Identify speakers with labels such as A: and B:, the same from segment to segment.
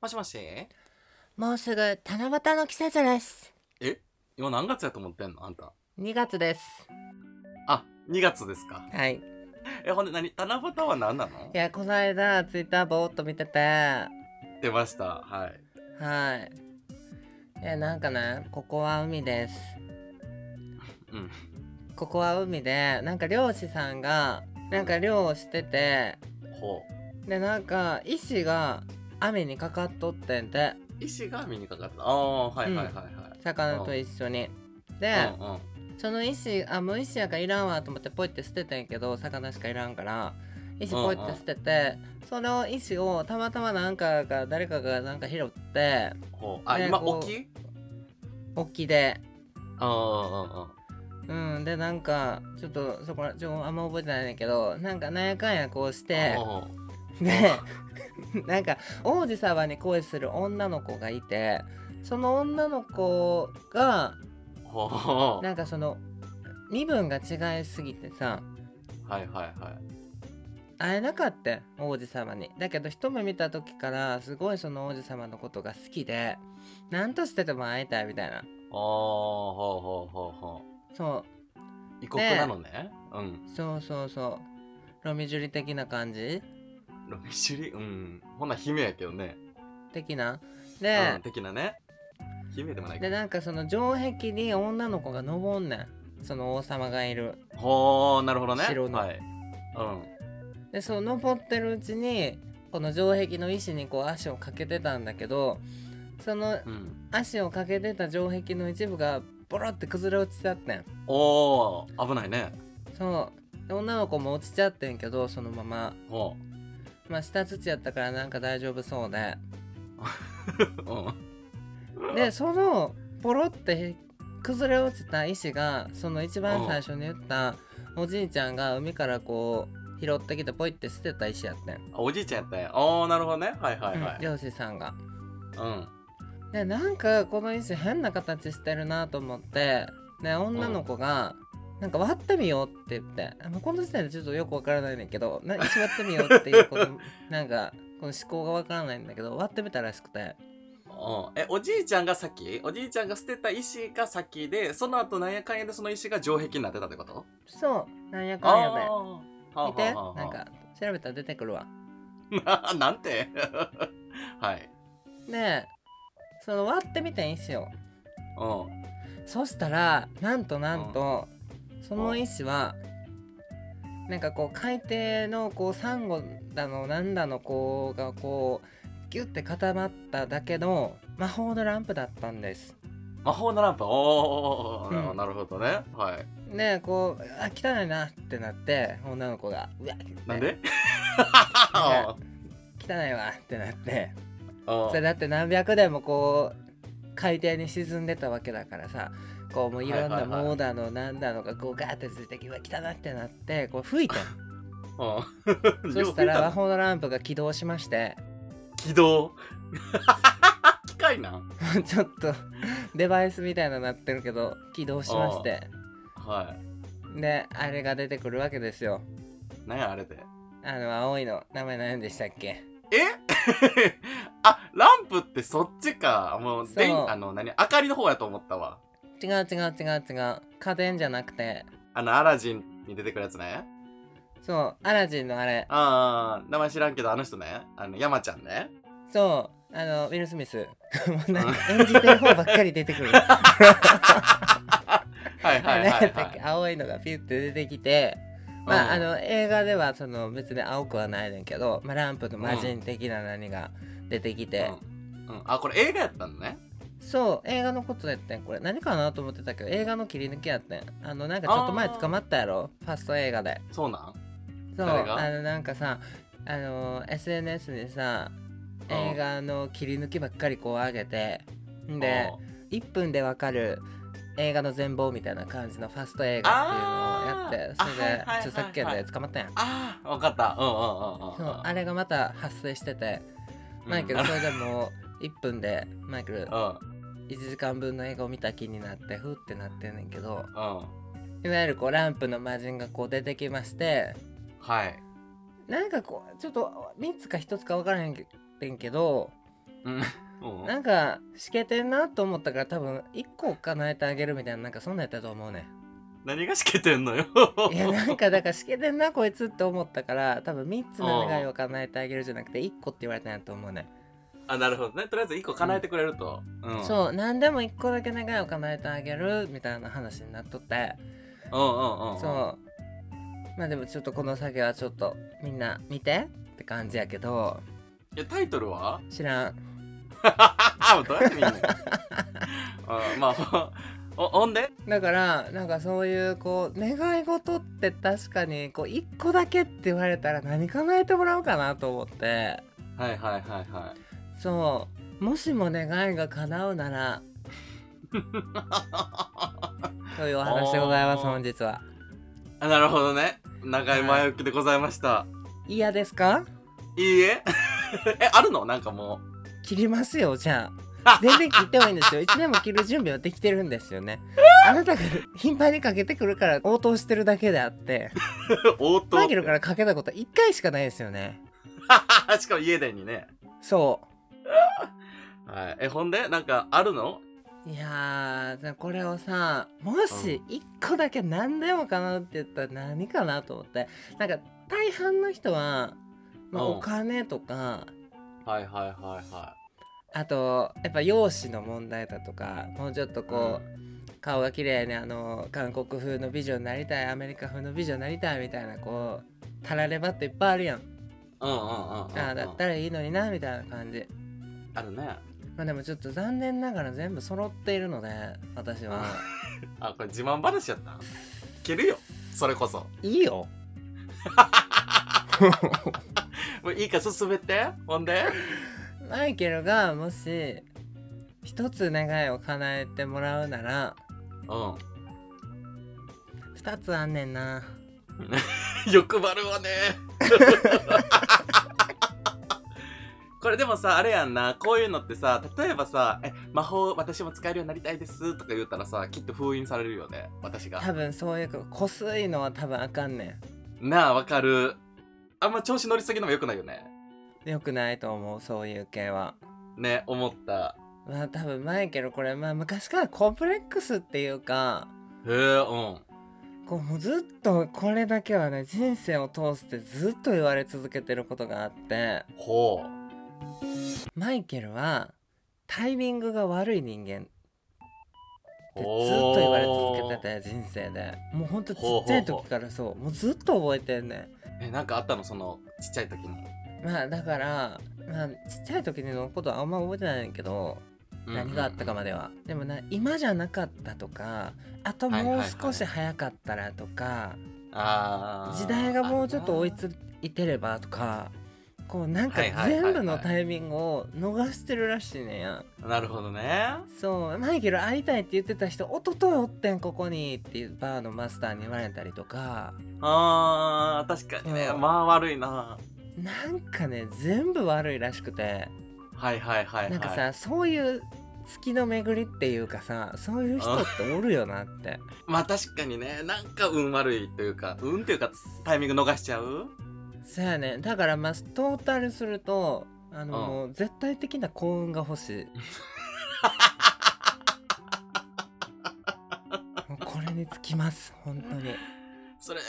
A: もしもし
B: もうすぐ七夕の季節です。
A: え今何月やと思ってんのあんた。
B: 2月です。
A: あ、2月ですか。
B: はい。い
A: え、ほんで何七夕は何なの
B: や、この間、ツイッターぼーっと見てて、は
A: 出ました。はい。
B: い。いや、なんかね、ここは海です。
A: うん。
B: ここは海で、なんか漁師さんが、なんか漁をしてて、
A: ほ
B: で、なんか、石が雨にかかっとってんて、
A: う。石が身にかかった。ああ、はいはいはいはい。
B: 魚と一緒に。で、
A: うんうん。
B: その石あもう石やからいらんわと思ってポイって捨ててんけど魚しかいらんから石ポイって捨てて、その石をたまたまなんかが誰かがなんか拾って
A: ほう。あ、
B: ね
A: 今、
B: こう
A: 大きい
B: 沖で
A: ああ、
B: うんでなんかちょっとそこらちょあんま覚えてないねんだけどなんかなんやかんやこうして
A: ほう
B: でなんか王子様に恋する女の子がいてその女の子が
A: ほうほう。
B: なんかその身分が違いすぎてさ
A: はいはいはい。
B: 会えなかったん王子様にだけど一目見た時からすごいその王子様のことが好きで何としてでも会いたいみたいな
A: ああ、ほうほうほうほ。
B: そう
A: 異国なのね。うん
B: う。そうそうそうロミジュリ的な感じ
A: ロミシュリうん。ほな、姫やけどね。
B: 的な
A: う
B: で
A: ん、、的なね。姫でもないけ
B: で
A: ど。
B: なんかその城壁に女の子が登んねんその王様がいる
A: ほう、なるほどね。
B: 白の
A: はい。うん。
B: でそう登ってるうちにこの城壁の石にこう足をかけてたんだけどその
A: うん、
B: 足をかけてた城壁の一部がボロって崩れ落ちちゃってん
A: おー危ないね
B: そうで女の子も落ちちゃってんけどそのまま
A: ほ
B: まあ下土やったからなんか大丈夫そうで
A: う、うん、
B: でそのポロって崩れ落ちた石がその一番最初に言ったおじいちゃんが海からこう拾ってきてポイって捨てた石やってん、
A: あおじいちゃんやったんやおーなるほどねはいはいは
B: うん
A: い
B: 漁師さんが。
A: うん
B: でなんかこの石変な形してるなと思ってで女の子が「なんか割ってみよう」って言ってあもうこの時点でちょっとよくわからないねんだけどな石割ってみようっていう このなんかこの思考がわからないんだけど割ってみたらしくて
A: うん、えおじいちゃんが先おじいちゃんが捨てた石が先でその後なんやかんやでその石が城壁になってたってこと
B: そうなんやか
A: あ
B: んやで
A: あ
B: 見てなんか調べたら出てくるわ
A: か なんてはい
B: でその割ってみてん石を
A: うん
B: そしたらなんとなんとその石はなんかこう海底のこうサンゴだのなんだのこうがこうギュッて固まっただけの魔法のランプだったんです。
A: 魔法のランプおー、
B: うん
A: なるほどねはい
B: でこう「あ汚いな」ってなって女の子が「うわ
A: なん で
B: なんか汚いわ」ってなって
A: うん
B: それだって何百年もこう海底に沈んでたわけだからさこうもういろん
A: は
B: ない
A: はいはい
B: モーダのなんだのがこうガーってついてきてうわ汚ってなってこう吹いてん
A: うん
B: そした ら魔法のランプが起動しまして
A: 起動 機械なん
B: ちょっとデバイスみたいなのなってるけど起動しまして
A: は
B: であれが出てくるわけですよ
A: い何やあれで
B: あの青いの名前何でしたっけ
A: え あランプってそっちかもう
B: そう
A: 電あの何明かりの方やと思ったわ
B: 違う違う違う違う家電じゃなくて
A: あのアラジンに出てくるやつね
B: そうアラジンのあれ
A: ああ名前知らんけどあの人ねあの山ちゃんね
B: そうあのウィル・スミスもうなんか演じてる方ばっかり出てく る
A: はいはいは
B: 何や
A: い
B: ったっ
A: は
B: け
A: い
B: 青いのがピュって出てきてまあ、あ
A: うん
B: の映画ではその別に青くはないねんけど、まあ、ランプの魔人的な何が出てきて、
A: うん、うんあこれ映画やったのね
B: そう映画のことやってんこれ何かなと思ってたけど映画の切り抜きやってんあのなんかちょっと前
A: あー
B: 捕まったやろファスト映画で
A: そうなん
B: そう
A: 誰が
B: あのなんかさあの SNS にさ
A: うん
B: 映画の切り抜きばっかりこう上げてんで1分でわかる映画の全貌みたいな感じのファスト映画っていうのをやって
A: あー
B: そ
A: あはいはい
B: れで
A: はいはい
B: 著作権で捕まったやん
A: ああ分かったうん
B: そ
A: うんうんうん
B: うあれがまた発生しててマイケ
A: う
B: ル
A: ん
B: それでもう1分でマイケ
A: う
B: ル
A: ん
B: 1時間分の映画を見た気になってふってなってんねんけど
A: うん
B: いわゆるこうランプの魔人がこう出てきまして
A: はい
B: なんかこうちょっと3つか1つか分からへんけんけど
A: うん。うん
B: なんかしけてんなと思ったから多分1個叶えてあげるみたいななんかそんなんやったと思 うね
A: 何がしけてんのよ。
B: んいやなんかだからしけてんなこいつって思ったから多分3つの願いを叶えてあげるじゃなくて1個って言われたんやと思うねん
A: あ、なるほどね。とりあえず1個叶えてくれると。うん。う。
B: そう何でも1個だけ願いを叶えてあげるみたいな話になっとって
A: うんうんうん。
B: そうまあでもちょっとこの先はちょっとみんな見てって感じやけど
A: いや、タイトルは
B: 知らん
A: どうやって見んの あまあ、おほ んで
B: だからなんかそういうこう願い事って確かにこう1個だけって言われたら何叶えてもらおうかなと思って
A: はいはいはいはい。
B: そうもしも願いが叶うならというお話でございます
A: あー
B: 本日は
A: あなるほどね。長い前置きでございました。
B: 嫌ですか
A: いい ええ、あるのなんかもう。
B: 切りますよじゃ あ全然切ってもいいんですよいつでも切る準備はできてるんですよ ねあなたが頻繁にかけてくるから応答してるだけであって
A: 応答
B: マイ。ケルからかけたことは1回しかないですよね
A: しかも家電にね。
B: そう
A: はい。え、ほんでなんかあるの
B: いやーじゃあこれをさもし1個だけ何でも叶うって言ったら何かなと思ってなんか大半の人は、まあ、
A: うん
B: お金とか、
A: はいはいはいは
B: あとやっぱ容姿の問題だとかもうちょっと
A: い。
B: こう、顔が綺麗にあの韓国風の美女になりたいアメリカ風の美女になりたいみたいなこうたらればっていっぱいあるやん
A: うん。うんうんうんうん、うん。
B: ああだったらいいのになみたいな感じ
A: あるね。
B: まあでもちょっと残念ながら全部揃っているので私は
A: あ、これ自慢話や った切るよ。それこそ。
B: いいよ
A: もういいか進めて。ほんで
B: マイケルがもし一つ願いを叶えてもらうなら
A: うん。
B: 二つあんねんな
A: 欲張るわねこれでもさあれやんなこういうのってさ例えばさ「え魔法私も使えるようになりたいです」とか言ったらさきっと封印されるよね私が
B: 多分そういうここすいのは多分あかんね
A: なあわかるあんま調子乗りすぎのもよくないよね
B: んよくないと思うそういう系は
A: ね思った
B: まあ多分マイケルこれまあ昔からコンプレックスっていうか
A: へえうん
B: こうもうずっとこれだけはね人生を通してずっと言われ続けてることがあって
A: ほう
B: マイケルはタイミングが悪い人間ってずっと言われ続けてて人生でもうほんとちっちゃい時からそうもうずっと覚えてんね
A: てえなんかあったのそのちっちゃい時に、
B: んまあだからまあちっちゃい時のことはあんま覚えてないんだけど
A: うん
B: 何があったかまではでもな今じゃなかったとかあと
A: はいはい
B: もう
A: はい
B: 少し早かったらとか
A: あー
B: 時代がもうちょっと追いついてればとかこうなんか
A: はいはいはいはい
B: 全部のタイミングを逃してるらしいねんや
A: なるほどね
B: そうマイケル会いたいって言ってた人おとといおってんここにっていうバーのマスターに言われたりとか
A: あー確かにね
B: そう
A: まあ悪いな
B: なんかね全部悪いらしくて
A: はいはいはいはい
B: なんかさそういう月の巡りっていうかさそういう人っておるよなって
A: まあ確かにねなんか運悪いというか運というかタイミング逃しちゃう
B: そうやねだからまあトータルするとあの
A: うん
B: もう絶対的な幸運が 欲しいもうこれにつきます本当に
A: それ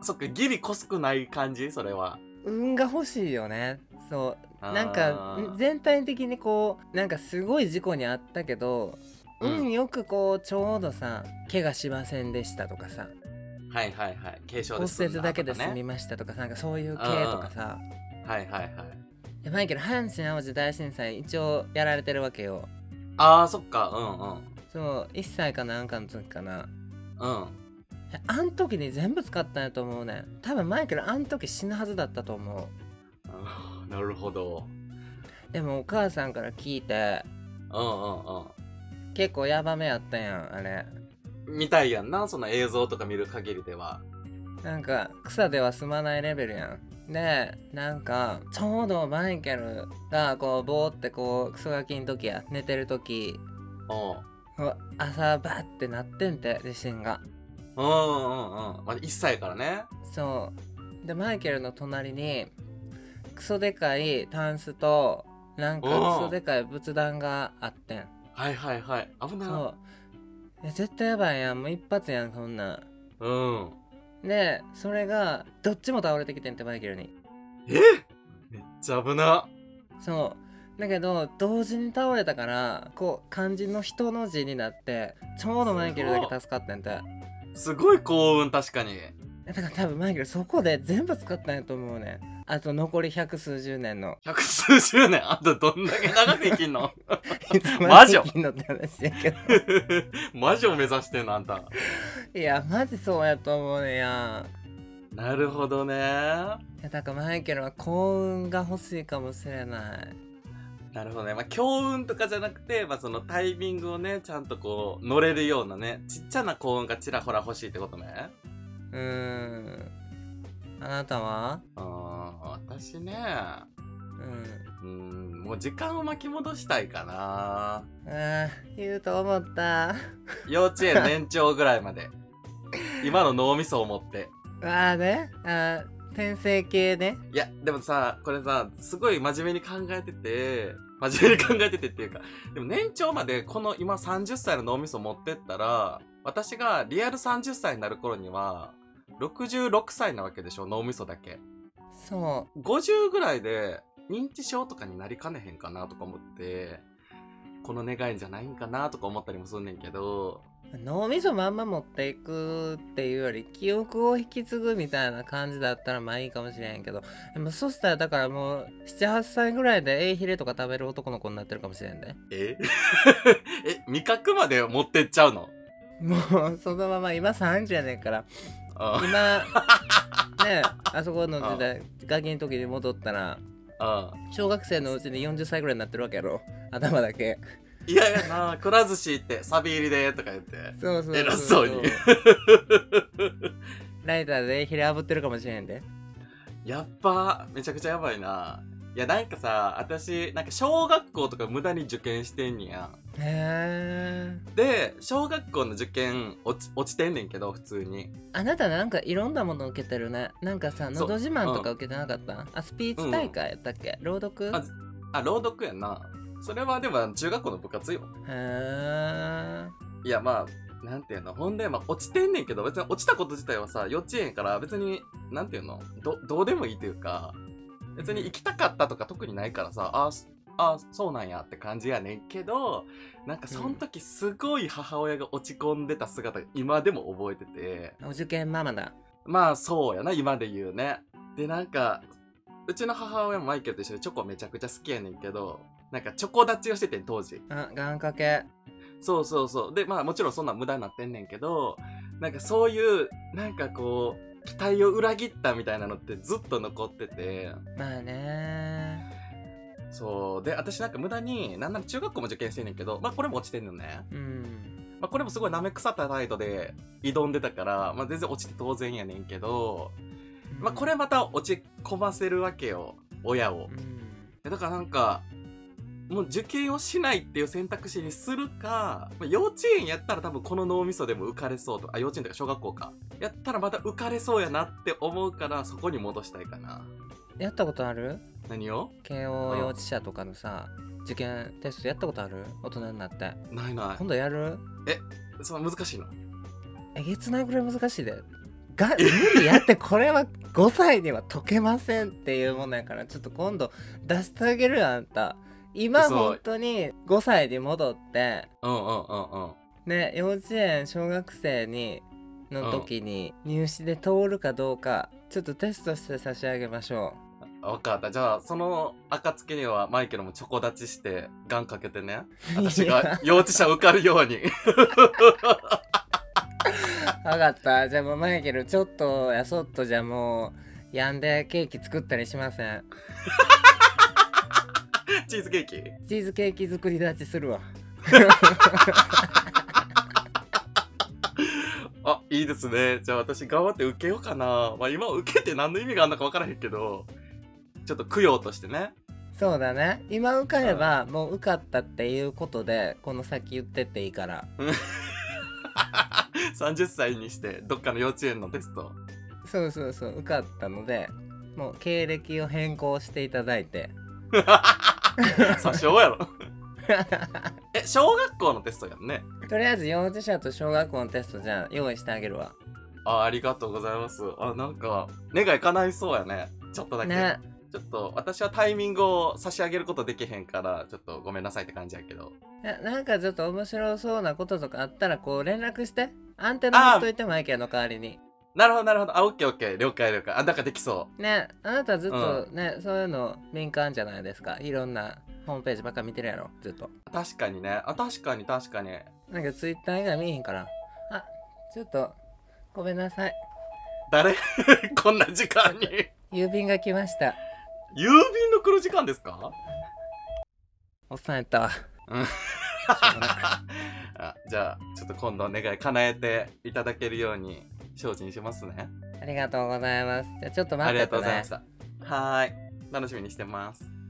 A: そっかギリこすくない感じそれは
B: 運が欲しいよねそうなんか
A: あー
B: 全体的にこうなんかすごい事故にあったけど、
A: うん
B: 運よくこうちょうどさ怪我しませんでしたとかさ
A: はいはいはい軽傷
B: 骨
A: です
B: 折だけで済み
A: ね
B: ましたとかさなんかそういう系とかさ
A: はいはいはい
B: いやマイケル阪神・淡路大震災一応やられてるわけよ
A: あーそっかう
B: そう1歳かなんかの時かなん
A: うんうん
B: えあん時に全部使ったんやと思うねん多分マイケルあん時死ぬはずだったと思
A: あーなるほど
B: うでもお母さんから聞いて
A: うんうん
B: 結構ヤバめやったやんあれ
A: うん見たいやんなその映像とか見る限りでは
B: なんか草では済まないレベルやんでなんかちょうどマイケルがこうボーってこうクソガキの時や寝てる時
A: おう
B: うわ朝バッてなってんて地震が
A: うんうんうんまあ1歳からね
B: そうでマイケルの隣にクソでかいタンスとなんか
A: うん
B: クソでかい仏壇があってん
A: はいはいはい危ない
B: そうえ絶対やばいやんもう一発やんそんなん
A: うん
B: でそれがどっちも倒れてきてん手前切るに
A: えめっちゃ危な
B: そうだけど同時に倒れたからこう漢字の人の字になってちょうどマイケルだけ助かってんて
A: すごい幸運確かに
B: だから多分マイケルそこで全部使ったんやと思うねんあと残り百数十年の
A: 百数十年あんたどんだけ長く生きんの
B: いつ
A: 魔女
B: 生きんのって話やけど
A: 魔女を目指してんのあんた
B: いやマジそうやと思うねんや
A: なるほどね
B: いやだからマイケルは幸運が欲しいかもしれない
A: なるほどねまあ強運とかじゃなくて、まあ、そのタイミングをねちゃんとこう乗れるようなねちっちゃな幸運がちらほら欲しいってことね
B: うーんあなたは
A: うん私ね
B: うん
A: うんもう時間を巻き戻したいかな
B: あー言うと思った
A: 幼稚園年長ぐらいまで今の脳みそを持って
B: わあねあー転生系ね
A: いやでもさこれさすごい真面目に考えてて真面目に考えててっていうかでも年長までこの今30歳の脳みそ持ってったら私がリアル30歳になる頃には66歳なわけでしょ脳みそだけ
B: そ
A: 50ぐらいで認知症とかになりかねへんかなとか思ってこの願いじゃないんかなとか思ったりもすんねんけど
B: う脳みそまんま持っていくっていうより記憶を引き継ぐみたいな感じだったらまあいいかもしれんけどでもそしたらだからもう78歳ぐらいでエイヒレとか食べる男の子になってるかもしれんで
A: え え味覚まで持ってっちゃうの
B: もうそのまま今30やねんから
A: あ
B: 今ねあそこの時代ガキの時に戻ったら
A: あ
B: 小学生のうちに40歳ぐらいになってるわけやろ頭だけ
A: いやいやなくら寿司行ってサビ入りでとか言って
B: そうそうそう
A: 偉そうに
B: ライターでヒレ炙ってるかもしれへんで
A: やっばめちゃくちゃやばいないやなんかさ私なんか小学校とか無駄に受験してんねや
B: へー
A: で小学校の受験落ち落ちてんねんけど普通に
B: あなたなんかいろんなもの受けてるねなんかさ「
A: そ
B: の
A: う
B: ど自慢」とか受けてなかった、あスピーチ大会やったっけ、朗読
A: ああ朗読やんなそれはでも中学校の部活よ
B: へー
A: いやまあなんていうのほんで、まあ、落ちてんねんけど別に落ちたこと自体はさ幼稚園やから別になんていうのどどうでもいいというか別に行きたかったとか特にないからさあーすあーそうなんやって感じやねんけどなんかその時すごい母親が落ち込んでた姿が今でも覚えてて
B: お受験ママだ
A: まあそうやな今で言うねでなんかうちの母親もマイケルと一緒でチョコめちゃくちゃ好きやねんけどなんかチョコ立ちをしててん当時
B: あ願掛け
A: そうそうそう。で、まあもちろんそんなん無駄になってんねんけど、なんかそういう、なんかこう、期待を裏切ったみたいなのってずっと残ってて、
B: まあね
A: そう。で、私なんか無駄に、なんなら中学校も受験してんねんけど、まあこれも落ちてんのね。
B: うん
A: まあこれもすごい舐め腐った態度で挑んでたから、まあ全然落ちて当然やねんけど、まあこれまた落ち込ませるわけよ、親を
B: う。ん
A: だからなんかもう受験をしないっていう選択肢にするか、まあ、幼稚園やったら多分この脳みそでも浮かれそうとあ幼稚園とか小学校かやったらまた浮かれそうやなって思うからそこに戻したいかな
B: やったことある
A: 何を
B: 慶応幼稚舎とかのさ受験テストやったことある大人になって
A: ないな
B: 今度やる
A: いその難しいの
B: えげつないぐらい難しいでが無理やってこれは5歳 では解けませんっていうものやからちょっと今度出してあげるよあんた今
A: そう
B: 本当に5歳に戻って
A: うんうんうんうん
B: ね幼稚園小学生にの時に入試で通るかどうかちょっとテストして差し上げましょ
A: 分かったじゃあその暁にはマイケルもチョコ立ちしてガンかけてね
B: う
A: 私
B: いや
A: が幼稚者受かるように
B: わかったじゃあもうマイケルちょっとやそっとじゃあもうやんでケーキ作ったりしません
A: チーズケーキ
B: チーズケーキ作り立ちするわ
A: あ、いいですね。じゃあ私頑張って受けようかな。まあ今受けて何の意味があるのか分からへんけど、ちょっと供養としてね。
B: そうだね今受かればもう受かったっていうことでこの先言ってっていいから
A: 30歳にしてどっかの幼稚園のテスト。
B: そうそうそう受かったのでもう経歴を変更していただいて
A: 詐称やろえ小学校のテストやんね
B: とりあえず幼児者と小学校のテストじゃあ用意してあげるわ
A: あありがとうございますあなんか願い叶いそうやねちょっとだけ、
B: ね
A: ちょっと私はタイミングを差し上げることできへんからちょっとごめんなさいって感じやけど
B: ななんかちょっと面白そうなこととかあったらこう連絡してアンテナ張っといてもいいけど代わりに
A: なるほどなるほどあオッケーオッケー了解了解あなんかできそ
B: ねあなたずっとね、そういうの敏感じゃないですかいろんなホームページばっか見てるやろずっと
A: う確かにねあ確かに確かに
B: なんかツイッター以外見えへんからあちょっとごめんなさい
A: 誰 こんな時間に
B: 郵便が来ました
A: 郵便の来る時間ですか
B: おっさんやったわ
A: うん あじゃあちょっと今度願い叶えていただけるように精進しますね
B: ありがとうございますじゃあちょっと
A: あ
B: 待
A: り
B: っ
A: が
B: てて、
A: とう
B: ね、
A: ございましたはーい楽しみにしてます